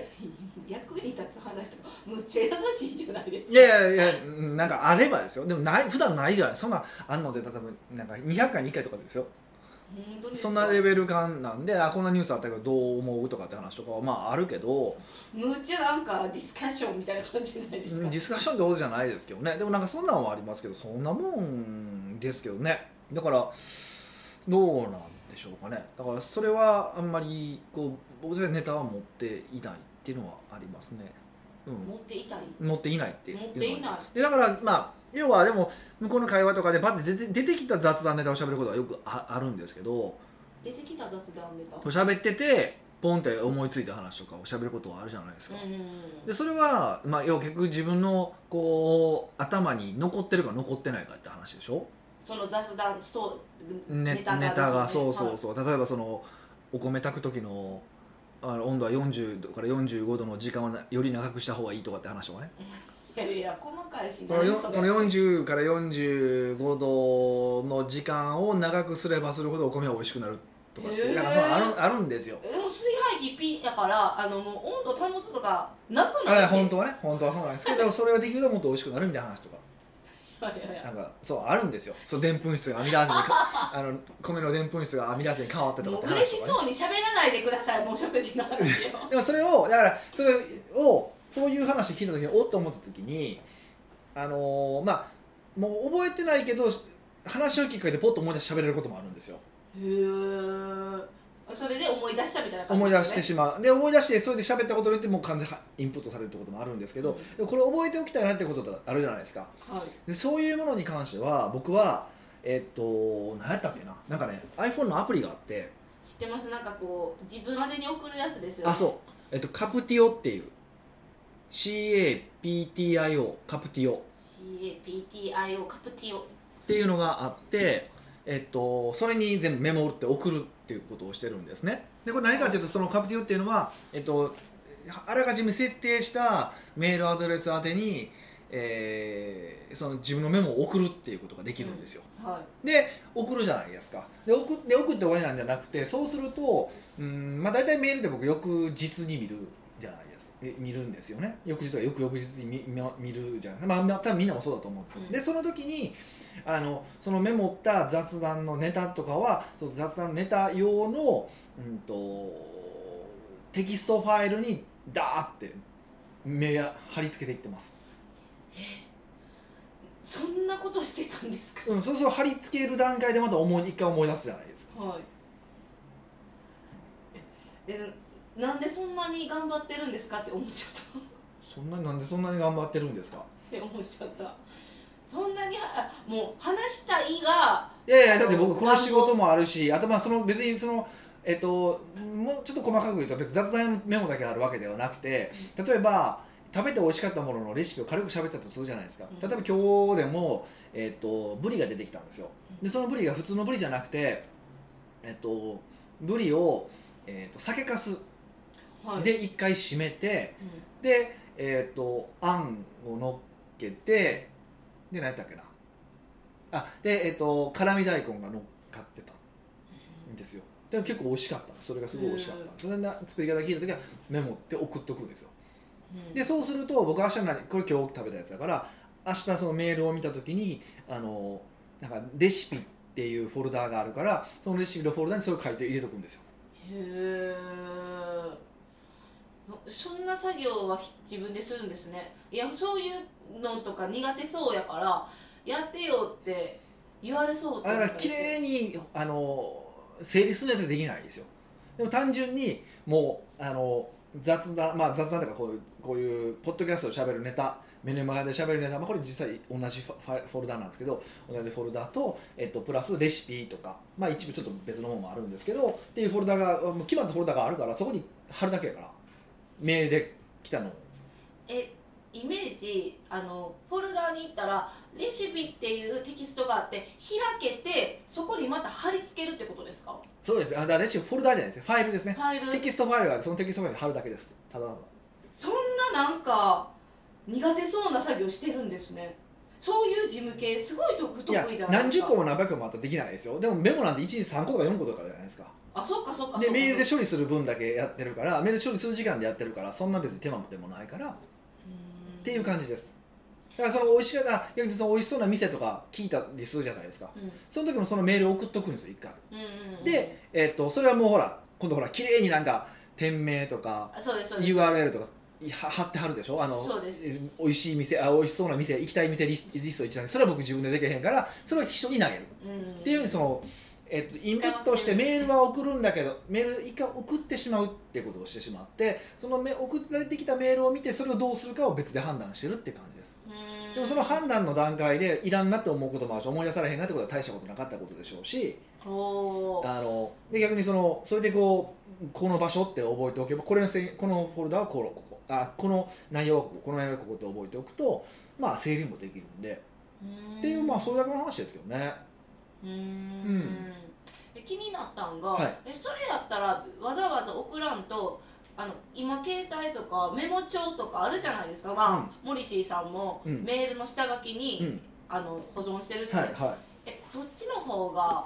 Speaker 2: 役に立つ話とかむっちゃ優しいじゃないですか
Speaker 1: やいやいやうんなんかあればですよでもない普段ないじゃないそんなあんので例えばなんか200回に1回とかですよ
Speaker 2: 本当ですか
Speaker 1: そんなレベル感なんであこんなニュースあったけどどう思うとかって話とかはまああるけど
Speaker 2: むっちゃなんかディスカッションみたいな感じじゃないで
Speaker 1: デ
Speaker 2: すか
Speaker 1: ィスカッションってことじゃないですけどねでもなんかそんなんはありますけどそんなもんですけどねだからどうなんでしょうかねだからそれはあんまりこう僕たちネタは持っていないっていうのはありますね、
Speaker 2: 持っていたい
Speaker 1: うん、持っていないっていうの
Speaker 2: 持
Speaker 1: は
Speaker 2: っ
Speaker 1: あ
Speaker 2: てい
Speaker 1: ります
Speaker 2: ない
Speaker 1: でだからまあ要はでも向こうの会話とかでバッて出て出てきた雑談ネタを喋ることはよくああるんですけど
Speaker 2: 出てきた雑談ネタ
Speaker 1: こう喋っててポンって思いついた話とかを喋ることはあるじゃないですか、でそれは、まあ、要は結局自分のこう頭に残ってるか残ってないかって話でしょ
Speaker 2: その雑談しと
Speaker 1: ねネタが
Speaker 2: です
Speaker 1: そ
Speaker 2: よ
Speaker 1: う
Speaker 2: ね
Speaker 1: そう
Speaker 2: はい
Speaker 1: そう、例えばそのお米炊く時のあの温度は40度から45度の時間をなより長くした方がいいとかって話とかね
Speaker 2: いやいや細かいし
Speaker 1: このよ
Speaker 2: 何そ
Speaker 1: こ
Speaker 2: れ
Speaker 1: の40から45度の時間を長くすればするほどお米は美味しくなるとかって、
Speaker 2: へー
Speaker 1: なんかそのあるあるんですよ
Speaker 2: でも炊飯器ピンやからあのもう温度保つとかなくない
Speaker 1: あ本当はね本当はそうなんですけどでもそれをできるともっと美味しくなるみたいな話と か
Speaker 2: いやいやい
Speaker 1: な
Speaker 2: や
Speaker 1: んかそうあるんですよそうでんぷん質がアミラーゼに かあの米のでんぷん質がアミラーゼに変わったとか
Speaker 2: も
Speaker 1: って
Speaker 2: う嬉し
Speaker 1: 話とか、ね、
Speaker 2: そうに喋らないでくださいもう食事の話を
Speaker 1: でもそれをだからそれをそういう話聞いた時におっと思った時にあのーまあもう覚えてないけど話を聞くかでポッと思い出して喋れることもあるんですよ
Speaker 2: へえそれで思い出したみたいな感じ
Speaker 1: 思い
Speaker 2: ですね、
Speaker 1: 出してしまうで思い出してそれで喋ったことによってもう完全にインプットされるってこともあるんですけど、でもこれ覚えておきたいなってことってあるじゃないですか
Speaker 2: はい
Speaker 1: でそういうものに関しては僕はえっと何やったっけななんかね iPhone のアプリがあって
Speaker 2: 知ってますなんかこう自分宛てに送るやつですよね
Speaker 1: あそうえっとカプティオっていう CAPTIO カプティオ
Speaker 2: CAPTIO カプティオ
Speaker 1: っていうのがあって、えっと、それに全部メモを打って送るっていうことをしてるんですねでこれ何かというとそのカプティオっていうのは、えっと、あらかじめ設定したメールアドレス宛てに、えーその自分のメモを送るっていうことができるんですよ、
Speaker 2: は
Speaker 1: で送るじゃないですかで送で送って終わりなんじゃなくてそうするとうん、まあ、大体メールで僕翌日に見るじゃないですえ見るんですよね翌日は翌々日に見見見るじゃないですか、まあまあ、多分みんなもそうだと思うんですよ、
Speaker 2: うん
Speaker 1: でその時にあのそのメモった雑談のネタとかはその雑談のネタ用の、うん、とテキストファイルにダーって目や貼り付けていってます
Speaker 2: いそんなことしてたんですか
Speaker 1: うん、そうそう貼り付ける段階でまた思い一回思い出すじゃないですか
Speaker 2: はいえでなんでそんなに頑張ってるんですかって思っちゃったっ
Speaker 1: そんななんでそんなに頑張ってるんですか
Speaker 2: て思っちゃった そんなにはあもう話したいが
Speaker 1: いやいやだって僕この仕事もあるしあとまあその別にそのえっともうちょっと細かく言うと別に雑談メモだけあるわけではなくて例えば食べて美味しかったもののレシピを軽く喋ったとするじゃないですか
Speaker 2: うん
Speaker 1: 例えば今日でも、えっと、ブリが出てきたんですよでそのブリが普通のブリじゃなくてえっとブリを、えっと、酒かす
Speaker 2: はい、
Speaker 1: で一回締めて
Speaker 2: うん
Speaker 1: でえっ、とあんをのっけてで何やったっけなあでえっ、と辛味大根が乗っかってたんですよでも結構美味しかったそれがすごい美味しかったそれな作り方聞いた時はメモって送っとくんですよ
Speaker 2: うん
Speaker 1: でそうすると僕明日何これ今日食べたやつだから明日そのメールを見た時にあのなんかレシピっていうフォルダーがあるからそのレシピのフォルダーにそれを書いて入れとくんですよ
Speaker 2: へえそんな作業はひ自分でするんですねいやそういうのとか苦手そうやからやってよって言われそうって
Speaker 1: だ
Speaker 2: 思
Speaker 1: から
Speaker 2: ったんです
Speaker 1: 綺
Speaker 2: よ
Speaker 1: 麗にあの整理するなんてできないですよでも単純にもうあの雑談まあ雑談とかこういうこういうポッドキャストで喋るネタ目の前で喋るネタ、まあ、これ実際同じファファイフォルダなんですけど同じフォルダと、えっと、プラスレシピとか、まあ、一部ちょっと別のものもあるんですけどっていうフォルダがもう決まったフォルダがあるからそこに貼るだけやからメールで来たのを
Speaker 2: えイメージあのフォルダーに行ったらレシピっていうテキストがあって開けてそこにまた貼り付けるってことですか
Speaker 1: そうですあだからレシピフォルダじゃないですねファイルですね
Speaker 2: ファイル
Speaker 1: テキストファイルがあるそのテキストファイルに貼るだけですただただ
Speaker 2: そんななんか苦手そうな作業してるんですねそういう事務系すごい得
Speaker 1: い
Speaker 2: 得
Speaker 1: や
Speaker 2: 意じゃない
Speaker 1: 何
Speaker 2: です
Speaker 1: 十
Speaker 2: か
Speaker 1: 個も何百個もあったらできないですよでもメモなんて1日3個とか4個とかじゃないですか
Speaker 2: あそうかそうか
Speaker 1: で
Speaker 2: そうか
Speaker 1: メールで処理する分だけやってるからメール処理する時間でやってるからそんな別に手間でもないからっ
Speaker 2: って
Speaker 1: いう感じですだからその美味しかった逆にその美味しそうな店とか聞いたりするじゃないですか
Speaker 2: うん
Speaker 1: その時もそのメール送っとくんですよ一回、
Speaker 2: うんうん、
Speaker 1: で、えっとそれはもうほら今度ほら綺麗になんか店名とか
Speaker 2: あそうですそうです
Speaker 1: URL とかいは貼ってはるでしょあの
Speaker 2: そうです
Speaker 1: 美味しい店あ美味しそうな店行きたい店リスリスト一覧それは僕自分でできへんからそれは人に投げる
Speaker 2: うん
Speaker 1: っていうようにその、えっと、インプットしてメールは送るんだけどメール一回送ってしまうってことをしてしまってそのめ送られてきたメールを見てそれをどうするかを別で判断してるって感じです
Speaker 2: うん
Speaker 1: でもその判断の段階でいらんなって思うこともあるし思い出されへんなってことは大したことなかったことでしょうし
Speaker 2: おー
Speaker 1: あので逆にそのそれでこうこの場所って覚えておけばこれのせいこのフォルダはこのここあこの内容はこここの内容はここって覚えておくとまあ整理もできるんで
Speaker 2: うん
Speaker 1: っていうまあそれだけの話ですけどね
Speaker 2: うー
Speaker 1: うん
Speaker 2: んえ気になったんが、
Speaker 1: はい
Speaker 2: えそれやったらわざわざ送らんとあの今携帯とかメモ帳とかあるじゃないですか、まあモリシーさんも
Speaker 1: うん
Speaker 2: メールの下書きに、
Speaker 1: うん
Speaker 2: あの保存してるって、
Speaker 1: はいは
Speaker 2: えそっちの方が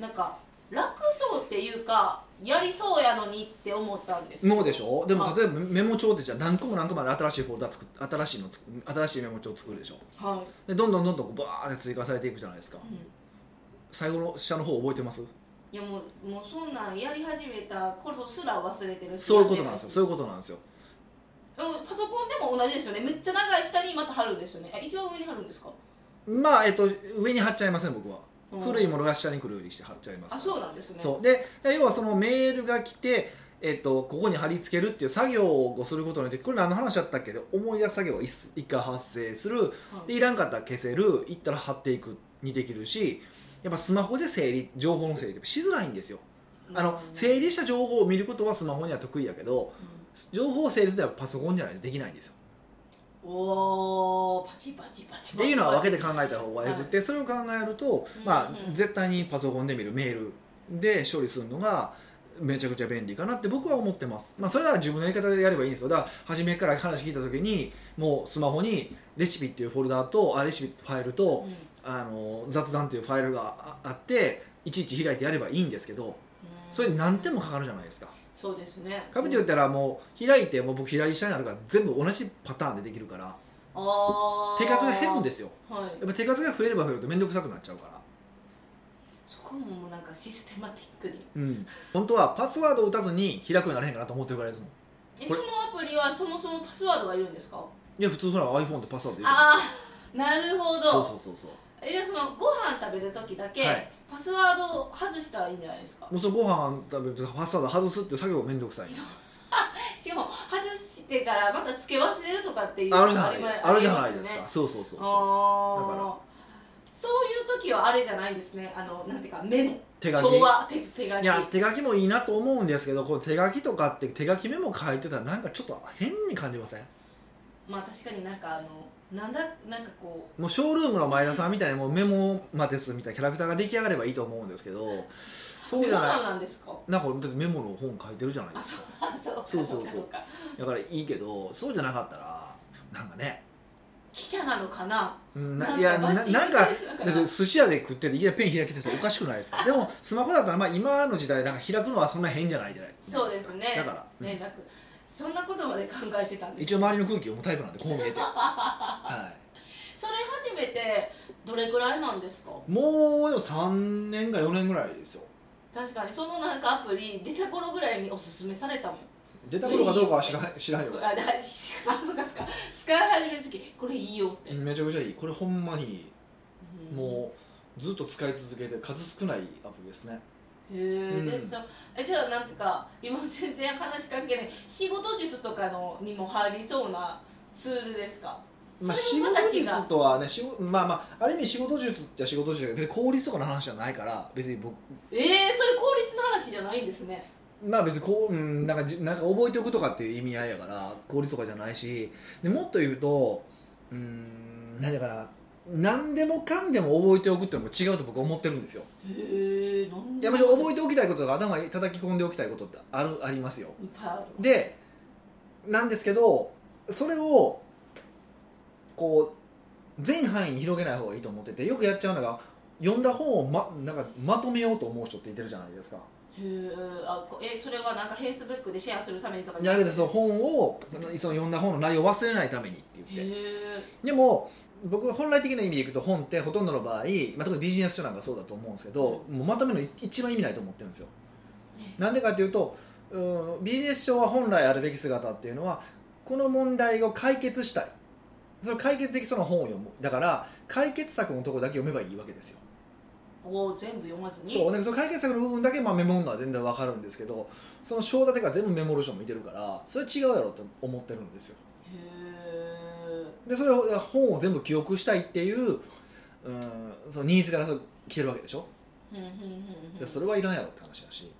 Speaker 2: なんか楽そうっていうかやりそうやのにって思ったんです
Speaker 1: いもうでしょでも
Speaker 2: あ
Speaker 1: 例えばメモ帳ってじゃあ何個も何個も新しいフォルダ作っ新しいの作新しいメモ帳作るでしょ
Speaker 2: は
Speaker 1: でどんどんどんどんバーって追加されていくじゃないですか
Speaker 2: い、うん、
Speaker 1: 最後の下の方覚えてます
Speaker 2: いやもうもうそんなんやり始めた頃すら忘れてるし
Speaker 1: そういうことなんですよ
Speaker 2: やって
Speaker 1: そういうことなんですよ
Speaker 2: ないしでもパソコンでも同じですよねめっちゃ長い下にまた貼るんですよねえ一番上に貼るんですか
Speaker 1: まあえっと上に貼っちゃいません僕は
Speaker 2: うん
Speaker 1: 古いものが下に来るようにして貼っちゃいます
Speaker 2: あそうなんですね
Speaker 1: そうで要はそのメールが来て、えっとここに貼り付けるっていう作業をすることによってこれ何の話だったっけで思い出す作業が一一回発生する
Speaker 2: はい
Speaker 1: でいらんかったら消せるいったら貼っていくにできるしやっぱスマホで整理情報の整理ってしづらいんですよあの整理した情報を見ることはスマホには得意やけど情報を整理するのはパソコンじゃないとできないんですよ
Speaker 2: うんおーパチパチパチパチ
Speaker 1: っていうのは分けて考えた方がよくて、それを考えると、まあ
Speaker 2: うんうん
Speaker 1: 絶対にパソコンで見るメールで処理するのがめちゃくちゃ便利かなって僕は思ってます、まあ、それは自分のやり方でやればいいんですよだから初めから話聞いた時にもうスマホにレシピっていうフォルダとあレシピってファイルと
Speaker 2: うんうん
Speaker 1: あの雑談っていうファイルがああっていちいち開いてやればいいんですけどそれ何手もかかるじゃないですか
Speaker 2: そうですね
Speaker 1: かぶって言ったらもう開いてもう僕左下にあるから全部同じパターンでできるから
Speaker 2: あー
Speaker 1: 手数が減るんですよ
Speaker 2: はい
Speaker 1: やっぱ手数が増えれば増えると面倒くさくなっちゃうから、
Speaker 2: そこももうなんかシステマティックに
Speaker 1: うん、本当はパスワードを打たずに開くようになれへんかなと思ってるからいですもん
Speaker 2: え
Speaker 1: こ
Speaker 2: そ
Speaker 1: れ
Speaker 2: のアプリはそもそもパスワードがいるんですか
Speaker 1: いや普通ほら iPhone ってパスワード入れてま
Speaker 2: ああ なるほ
Speaker 1: すそうそ
Speaker 2: ど
Speaker 1: うそうそう
Speaker 2: えじゃあそのご飯食べる時だけ
Speaker 1: はい
Speaker 2: パスワードを外したらいいんじゃないですか
Speaker 1: もうそのご飯食べるとかパスワード外すっていう作業が面倒くさいんですよ
Speaker 2: しかも外してからまた付け忘れるとかっていう
Speaker 1: あるじゃな
Speaker 2: りま
Speaker 1: いあるじゃない
Speaker 2: あり
Speaker 1: で
Speaker 2: ますす
Speaker 1: か
Speaker 2: よね
Speaker 1: そうそうそうそうだか
Speaker 2: ああそういう時はあれじゃないですねあのなんていうかメモ
Speaker 1: 手書き
Speaker 2: 昭和手手書
Speaker 1: い
Speaker 2: き
Speaker 1: や手書きもいいなと思うんですけどこの手書きとかって手書きメモ書いてたらなんかちょっと変に感じません
Speaker 2: まあ確かになんかあのなんだなんかこ
Speaker 1: もうショールームの前田さんみたいにもうメモマですみたいなキャラクターが出来上がればいいと思うんですけど
Speaker 2: う
Speaker 1: そうじゃ
Speaker 2: メモ
Speaker 1: な
Speaker 2: なんですか
Speaker 1: いなんかだってメモの本書いてるじゃない
Speaker 2: あ
Speaker 1: です
Speaker 2: そう
Speaker 1: か
Speaker 2: あそうか
Speaker 1: そうそうそう
Speaker 2: かか
Speaker 1: だからいいけどそうじゃなかったらなんかね
Speaker 2: 記者なのかな
Speaker 1: うん
Speaker 2: な
Speaker 1: なんいやな
Speaker 2: マ
Speaker 1: な
Speaker 2: ジ
Speaker 1: んか
Speaker 2: なんか
Speaker 1: だって寿司屋で食ってていきなりペン開けてたらおかしくないですかでもスマホだったらまあ今の時代なんか開くのはそんな変じゃないじゃないですか
Speaker 2: そうですね
Speaker 1: だから、うん
Speaker 2: ねなんかそんなことまで考えてたんです
Speaker 1: 一応周りの空気を読むタイプなんでこう見えてはい
Speaker 2: それ初めてどれぐらいなんですか
Speaker 1: もうでも3年か4年ぐらいですよ
Speaker 2: 確かにそのなんかアプリ出た頃ぐらいにおすすめされたもん
Speaker 1: 出た頃かどうかは知らん知らんよ
Speaker 2: あだ あそうかそうか使い始める時これいいよって、
Speaker 1: うんめちゃくちゃいいこれほんまに
Speaker 2: うん
Speaker 1: もうずっと使い続けて数少ないアプリですね
Speaker 2: へえ、
Speaker 1: うん
Speaker 2: じゃあそうえじゃあなんてか今全然話関係ない仕事術とかのにも入りそうなツールですか
Speaker 1: まあ、
Speaker 2: それ
Speaker 1: 仕
Speaker 2: も
Speaker 1: 事
Speaker 2: また違う
Speaker 1: 術とはね仕事まあまあある意味仕事術って仕事術だけど効率とかの話じゃないから別に僕
Speaker 2: ええそれ効率の話じゃないんですね
Speaker 1: まあ別にこう、うん、なんかじなんか覚えておくとかっていう意味合いやから効率とかじゃないしでもっと言うとうん何だかな何でもかんでも覚えておくっていうのも違うと僕は思ってるんですよ
Speaker 2: へえなんで
Speaker 1: やっぱり覚えておきたいこととか頭に叩き込んでおきたいことってあるありますよ
Speaker 2: いっぱいある
Speaker 1: でなんですけどそれをこう全範囲に広げない方がいいと思っててよくやっちゃうのが読んだ本をまなんかまとめようと思う人っていてるじゃないですか。
Speaker 2: へーあこえそれはなんかフェイスブックでシェアするためにとか
Speaker 1: やるで
Speaker 2: です
Speaker 1: その本をその読んだ本の内容を忘れないためにって
Speaker 2: へ
Speaker 1: 言って
Speaker 2: え
Speaker 1: でも僕は本来的な意味でいくと本ってほとんどの場合、まあ、特にビジネス書なんかそうだと思うんですけど、もうまとめるのい一番意味ないと思ってるんですよ
Speaker 2: ね。
Speaker 1: なんでかっていうとうんビジネス書は本来あるべき姿っていうのはこの問題を解決したいそれを解決できそうな本を読むだから解決策のところだけ読めばいいわけですよ
Speaker 2: おー全部読まずに
Speaker 1: そうねその解決策の部分だけまあメモるのは全然わかるんですけどその章立てが全部メモる人もいてるからそれ違うやろって思ってるんですよ
Speaker 2: へえ
Speaker 1: でそれを本を全部記憶したいっていう、うん、そのニーズからそう来てるわけでしょ
Speaker 2: ふんふんふんふ
Speaker 1: で
Speaker 2: ん
Speaker 1: それはいらんやろって話だし、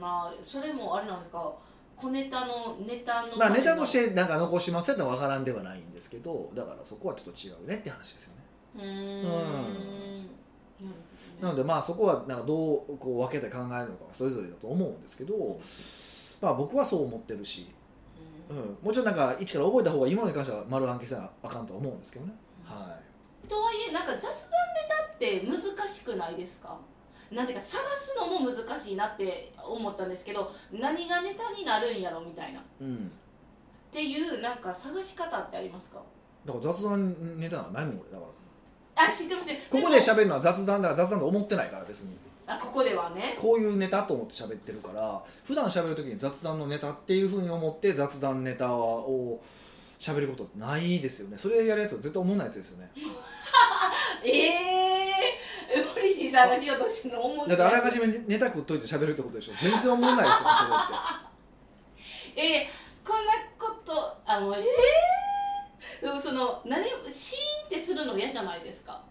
Speaker 2: まあそれもあれなんですか小ネタのネタの
Speaker 1: まあ、ネタとしてなんか残しますよってのは分からんではないんですけどだからそこはちょっと違うねって話ですよね
Speaker 2: うーん
Speaker 1: うんなの
Speaker 2: で
Speaker 1: でまあそこはなんかどうこう分けて考えるのかはそれぞれだと思うんですけど、まあ、僕はそう思ってるし、うん、もちろんなんか一から覚えた方がいいものに関しては丸暗記せなあかんとは思うんですけどね、は
Speaker 2: とはいえなんか雑談ネタって難しくないですかなんていうか探すのも難しいなって思ったんですけど何がネタになるんやろみたいなっ
Speaker 1: いうん、
Speaker 2: ていうなんか探し方ってありますか
Speaker 1: だから雑談ネタなんかないもん俺だから
Speaker 2: あ知ってますね
Speaker 1: ここで
Speaker 2: も
Speaker 1: 喋るのは雑談だから雑談と思ってないから別に
Speaker 2: あここではね
Speaker 1: こういうネタと思って喋ってるから普段喋る時に雑談のネタっていうふうに思って雑談ネタを喋ることってないですよねそれやるやつは絶対思わないやつですよね
Speaker 2: ええー、ポリシー探しようとしてるの思う
Speaker 1: だってあらかじめネタ食っといて喋るってことでしょ全然思わないですよねそれって
Speaker 2: えー、こんなことあのええー、でもその何シーンってするの嫌じゃないですか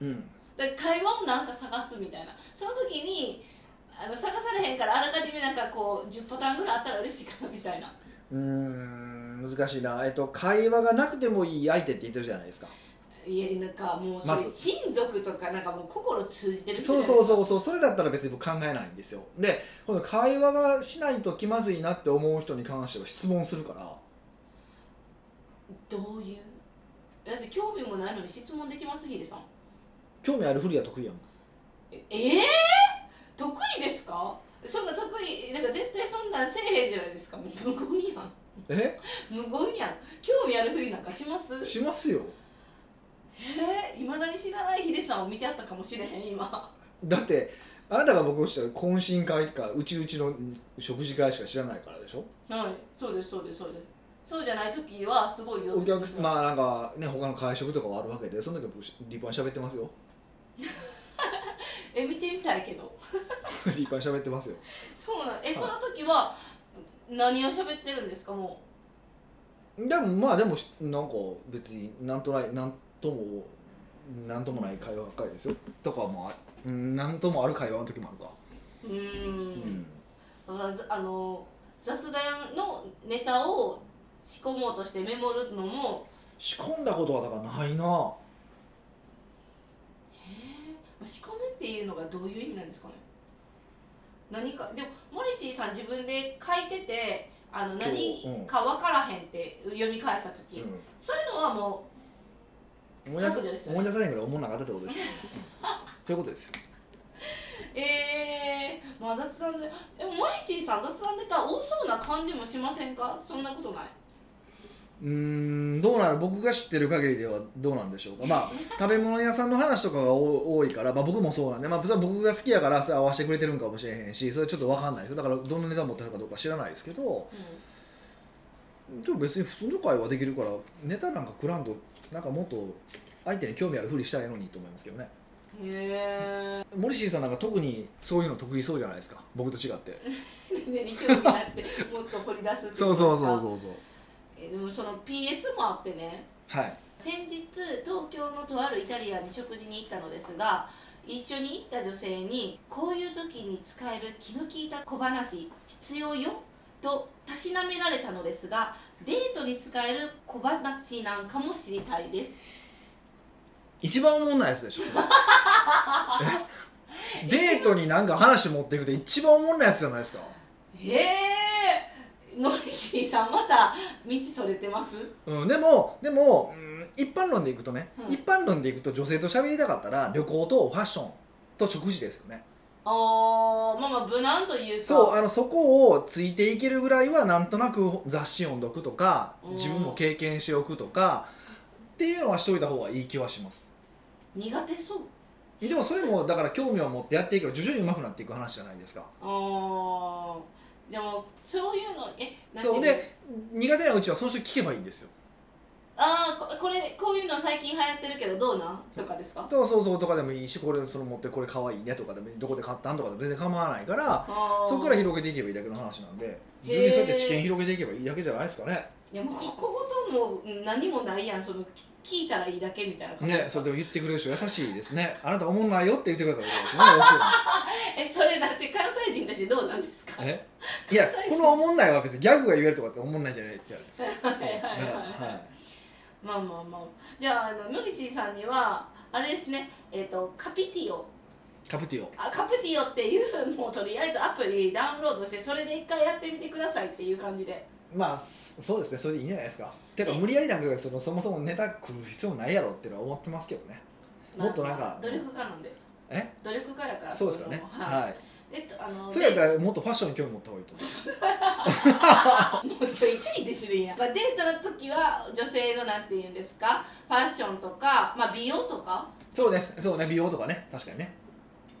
Speaker 1: うん、
Speaker 2: だから会話をなんか探すみたいなその時にあの探されへんからあらかじめなんかこう10パターンぐらいあったら嬉しいかなみたいな
Speaker 1: うーん難しいな、えっと、会話がなくてもいい相手って言ってるじゃないですか
Speaker 2: いやなんかもうそ
Speaker 1: ま
Speaker 2: れ
Speaker 1: ず
Speaker 2: 親族とかなんかもう心通じてる人
Speaker 1: そうそう
Speaker 2: う
Speaker 1: そうそうそれだったら別に僕考えないんですよでこの会話がしないと気まずいなって思う人に関しては質問するから
Speaker 2: どういうだって興味もないのに質問できますヒデさん
Speaker 1: 興味あるふりは得意やもん
Speaker 2: ええー、得意ですかそんな得意なんか絶対そんなんせえへんじゃないですかもう無言やん
Speaker 1: え
Speaker 2: 無言やん興味あるふりなんかします
Speaker 1: しますよ
Speaker 2: えいまだに知らないヒデさんを見てあったかもしれへん今
Speaker 1: だってあなたが僕を知ってる懇親会とかうちうちの食事会しか知らないからでしょ
Speaker 2: はいそうですそうですそうですそうじゃない時はすごいよ
Speaker 1: お客
Speaker 2: さ
Speaker 1: さんまあなんかね他の会食とかはあるわけでその時は僕立派に喋ってます よ
Speaker 2: え見てみたいけど
Speaker 1: 立派に喋ってますよ
Speaker 2: そうなんえ
Speaker 1: い
Speaker 2: その時は何を喋ってるんですかも
Speaker 1: でもまあでもしなんか別になんとないなんともなんともない会話ばっかりですよとかもあうんなんともある会話の時もあるか、
Speaker 2: ううー
Speaker 1: うん
Speaker 2: んだからざあの雑談のネタを仕込もうとしてメモるのも
Speaker 1: 仕込んだことはだからないな
Speaker 2: へえまあ仕込むっていうのがどういう意味なんですかね何かでもモリシーさん自分で書いててあの
Speaker 1: 今日
Speaker 2: 何か分からへんって読み返した時、
Speaker 1: う
Speaker 2: そういうのはも
Speaker 1: ん、思い出
Speaker 2: 削除です
Speaker 1: せ
Speaker 2: よね
Speaker 1: 思い出さないぐらい思わなかったってことですよ、うんそういうことですよ
Speaker 2: うえー、まあ雑談ででもモリシーさん雑談ネタ多そうな感じもしませんかそんなことないう
Speaker 1: ーんどうなる僕が知ってる限りではどうなんでしょうかまあ食べ物屋さんの話とかが多多いから、まあ、僕もそうなんで、まあ、それは僕が好きやからそれ合わせてくれてるんかもしれへんしそれちょっと分かんないですよだからどんなネタ持ってるかどうか知らないですけど
Speaker 2: う
Speaker 1: でも別に普通の会話できるからネタなんか食らんとなんかもっと相手に興味あるふりしたらいいのにと思いますけどね
Speaker 2: んへえ
Speaker 1: モリシーさんなんか特にそういうの得意そうじゃないですか僕と違って
Speaker 2: 何に興味があってもっと掘り出すって い
Speaker 1: そうそうそう
Speaker 2: うか
Speaker 1: そうそう
Speaker 2: えでもその PS もあってね
Speaker 1: はい
Speaker 2: 先日東京のとあるイタリアンに食事に行ったのですが一緒に行った女性にこういう時に使える気の利いた小話必要よとたしなめられたのですがデートに使える小話なんかも知りたいです
Speaker 1: 一番おもんないやつでしょそれえデートになんか話持っていくって一番おもんないやつじゃないですか
Speaker 2: へえノリシーさんまた道それてます
Speaker 1: うん、でもでも、うん一般論でいくとね、
Speaker 2: うん
Speaker 1: 一般論でいくと女性と喋りたかったら旅行とファッションと食事ですよね
Speaker 2: あーまあまあ無難というか
Speaker 1: そうあのそこをついていけるぐらいはなんとなく雑誌読んどくとか
Speaker 2: うん
Speaker 1: 自分も経験しておくとかっていうのはしといた方がいい気はします
Speaker 2: 苦手そう
Speaker 1: でもそれもだから興味を持ってやっていけば徐々に上手くなっていく話じゃないですか
Speaker 2: あーじゃあもうそういうのえなんてい
Speaker 1: そう
Speaker 2: の
Speaker 1: で苦手なうちはその人に聞けばいいんですよ
Speaker 2: ああここれこういうの最近流行ってるけどどうなんとかですか
Speaker 1: そうそうそうとかでもいいしこれその持ってこれ可愛いねとかでもどこで買ったんとかでも全然構わないから
Speaker 2: あ ー
Speaker 1: そこから広げていけばいいだけの話なんで
Speaker 2: へ
Speaker 1: 逆
Speaker 2: ー
Speaker 1: にそうやって知見広げていけばいいだけじゃないですかね
Speaker 2: いやもうこことも何もないやんその聞聞いたらいいだけみたいな感じ
Speaker 1: ね
Speaker 2: です
Speaker 1: そ
Speaker 2: か
Speaker 1: れでも言ってくれる人優しいですねあなたおもんないよって言ってくれたことですね要するに
Speaker 2: えそれなんて関西人としてどうなんで すか
Speaker 1: えい やこのおもんないは別にギャグが言えるとかっておもんないじゃないじゃないですか
Speaker 2: はいはいはい
Speaker 1: だから
Speaker 2: はい
Speaker 1: はい
Speaker 2: まあまあまあじゃああのムリシーさんにはあれですねえっ、とカピティオ
Speaker 1: カプティオ
Speaker 2: あカプティオっていうもうとりあえずアプリダウンロードしてそれで一回やってみてくださいっていう感じで
Speaker 1: まあそそうですねそれでいいんじゃないですかてか
Speaker 2: え
Speaker 1: 無理やりなんかそのそもそもネタ来る必要ないやろっていうのは思ってますけどね
Speaker 2: まあ
Speaker 1: もっとなんか
Speaker 2: まあ努力家なんで
Speaker 1: え
Speaker 2: 努力家だから
Speaker 1: そうですかね
Speaker 2: このはい、
Speaker 1: はい
Speaker 2: えっとあの
Speaker 1: それやった
Speaker 2: で
Speaker 1: らもっとファッションに興味持った方がいいと思う
Speaker 2: もうちょいちょいでするんや、まあ、デートの時は女性のなんて言うんですかファッションとか、まあ、美容とか
Speaker 1: そうですそうね美容とかね確かにね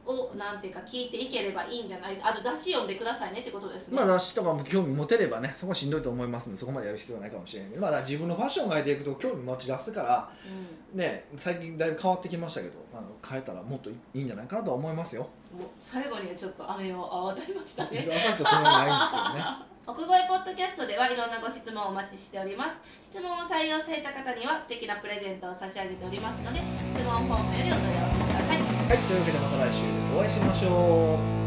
Speaker 2: をなんていうか聞いていければいいんじゃないあと雑誌読んでくださいねってことですね、
Speaker 1: まあ雑誌とかも興味持てればねそこはしんどいと思いますんでそこまでやる必要はないかもしれないけどまあだから自分のファッションを変えていくと興味持ち出すから
Speaker 2: うん
Speaker 1: ね最近だいぶ変わってきましたけどあの変えたらもっといいんじゃないかなとは思いますよ
Speaker 2: もう最後にはちょっと雨を渡りま したね
Speaker 1: 別に当たったつもりはないんで
Speaker 2: 奥越えポッドキャストではいろんなご質問をお待ちしております質問を採用された方には素敵なプレゼントを差し上げておりますので質問フォームよりお問い合わせください
Speaker 1: すけどねはいというわけでまた来週お会いしましょう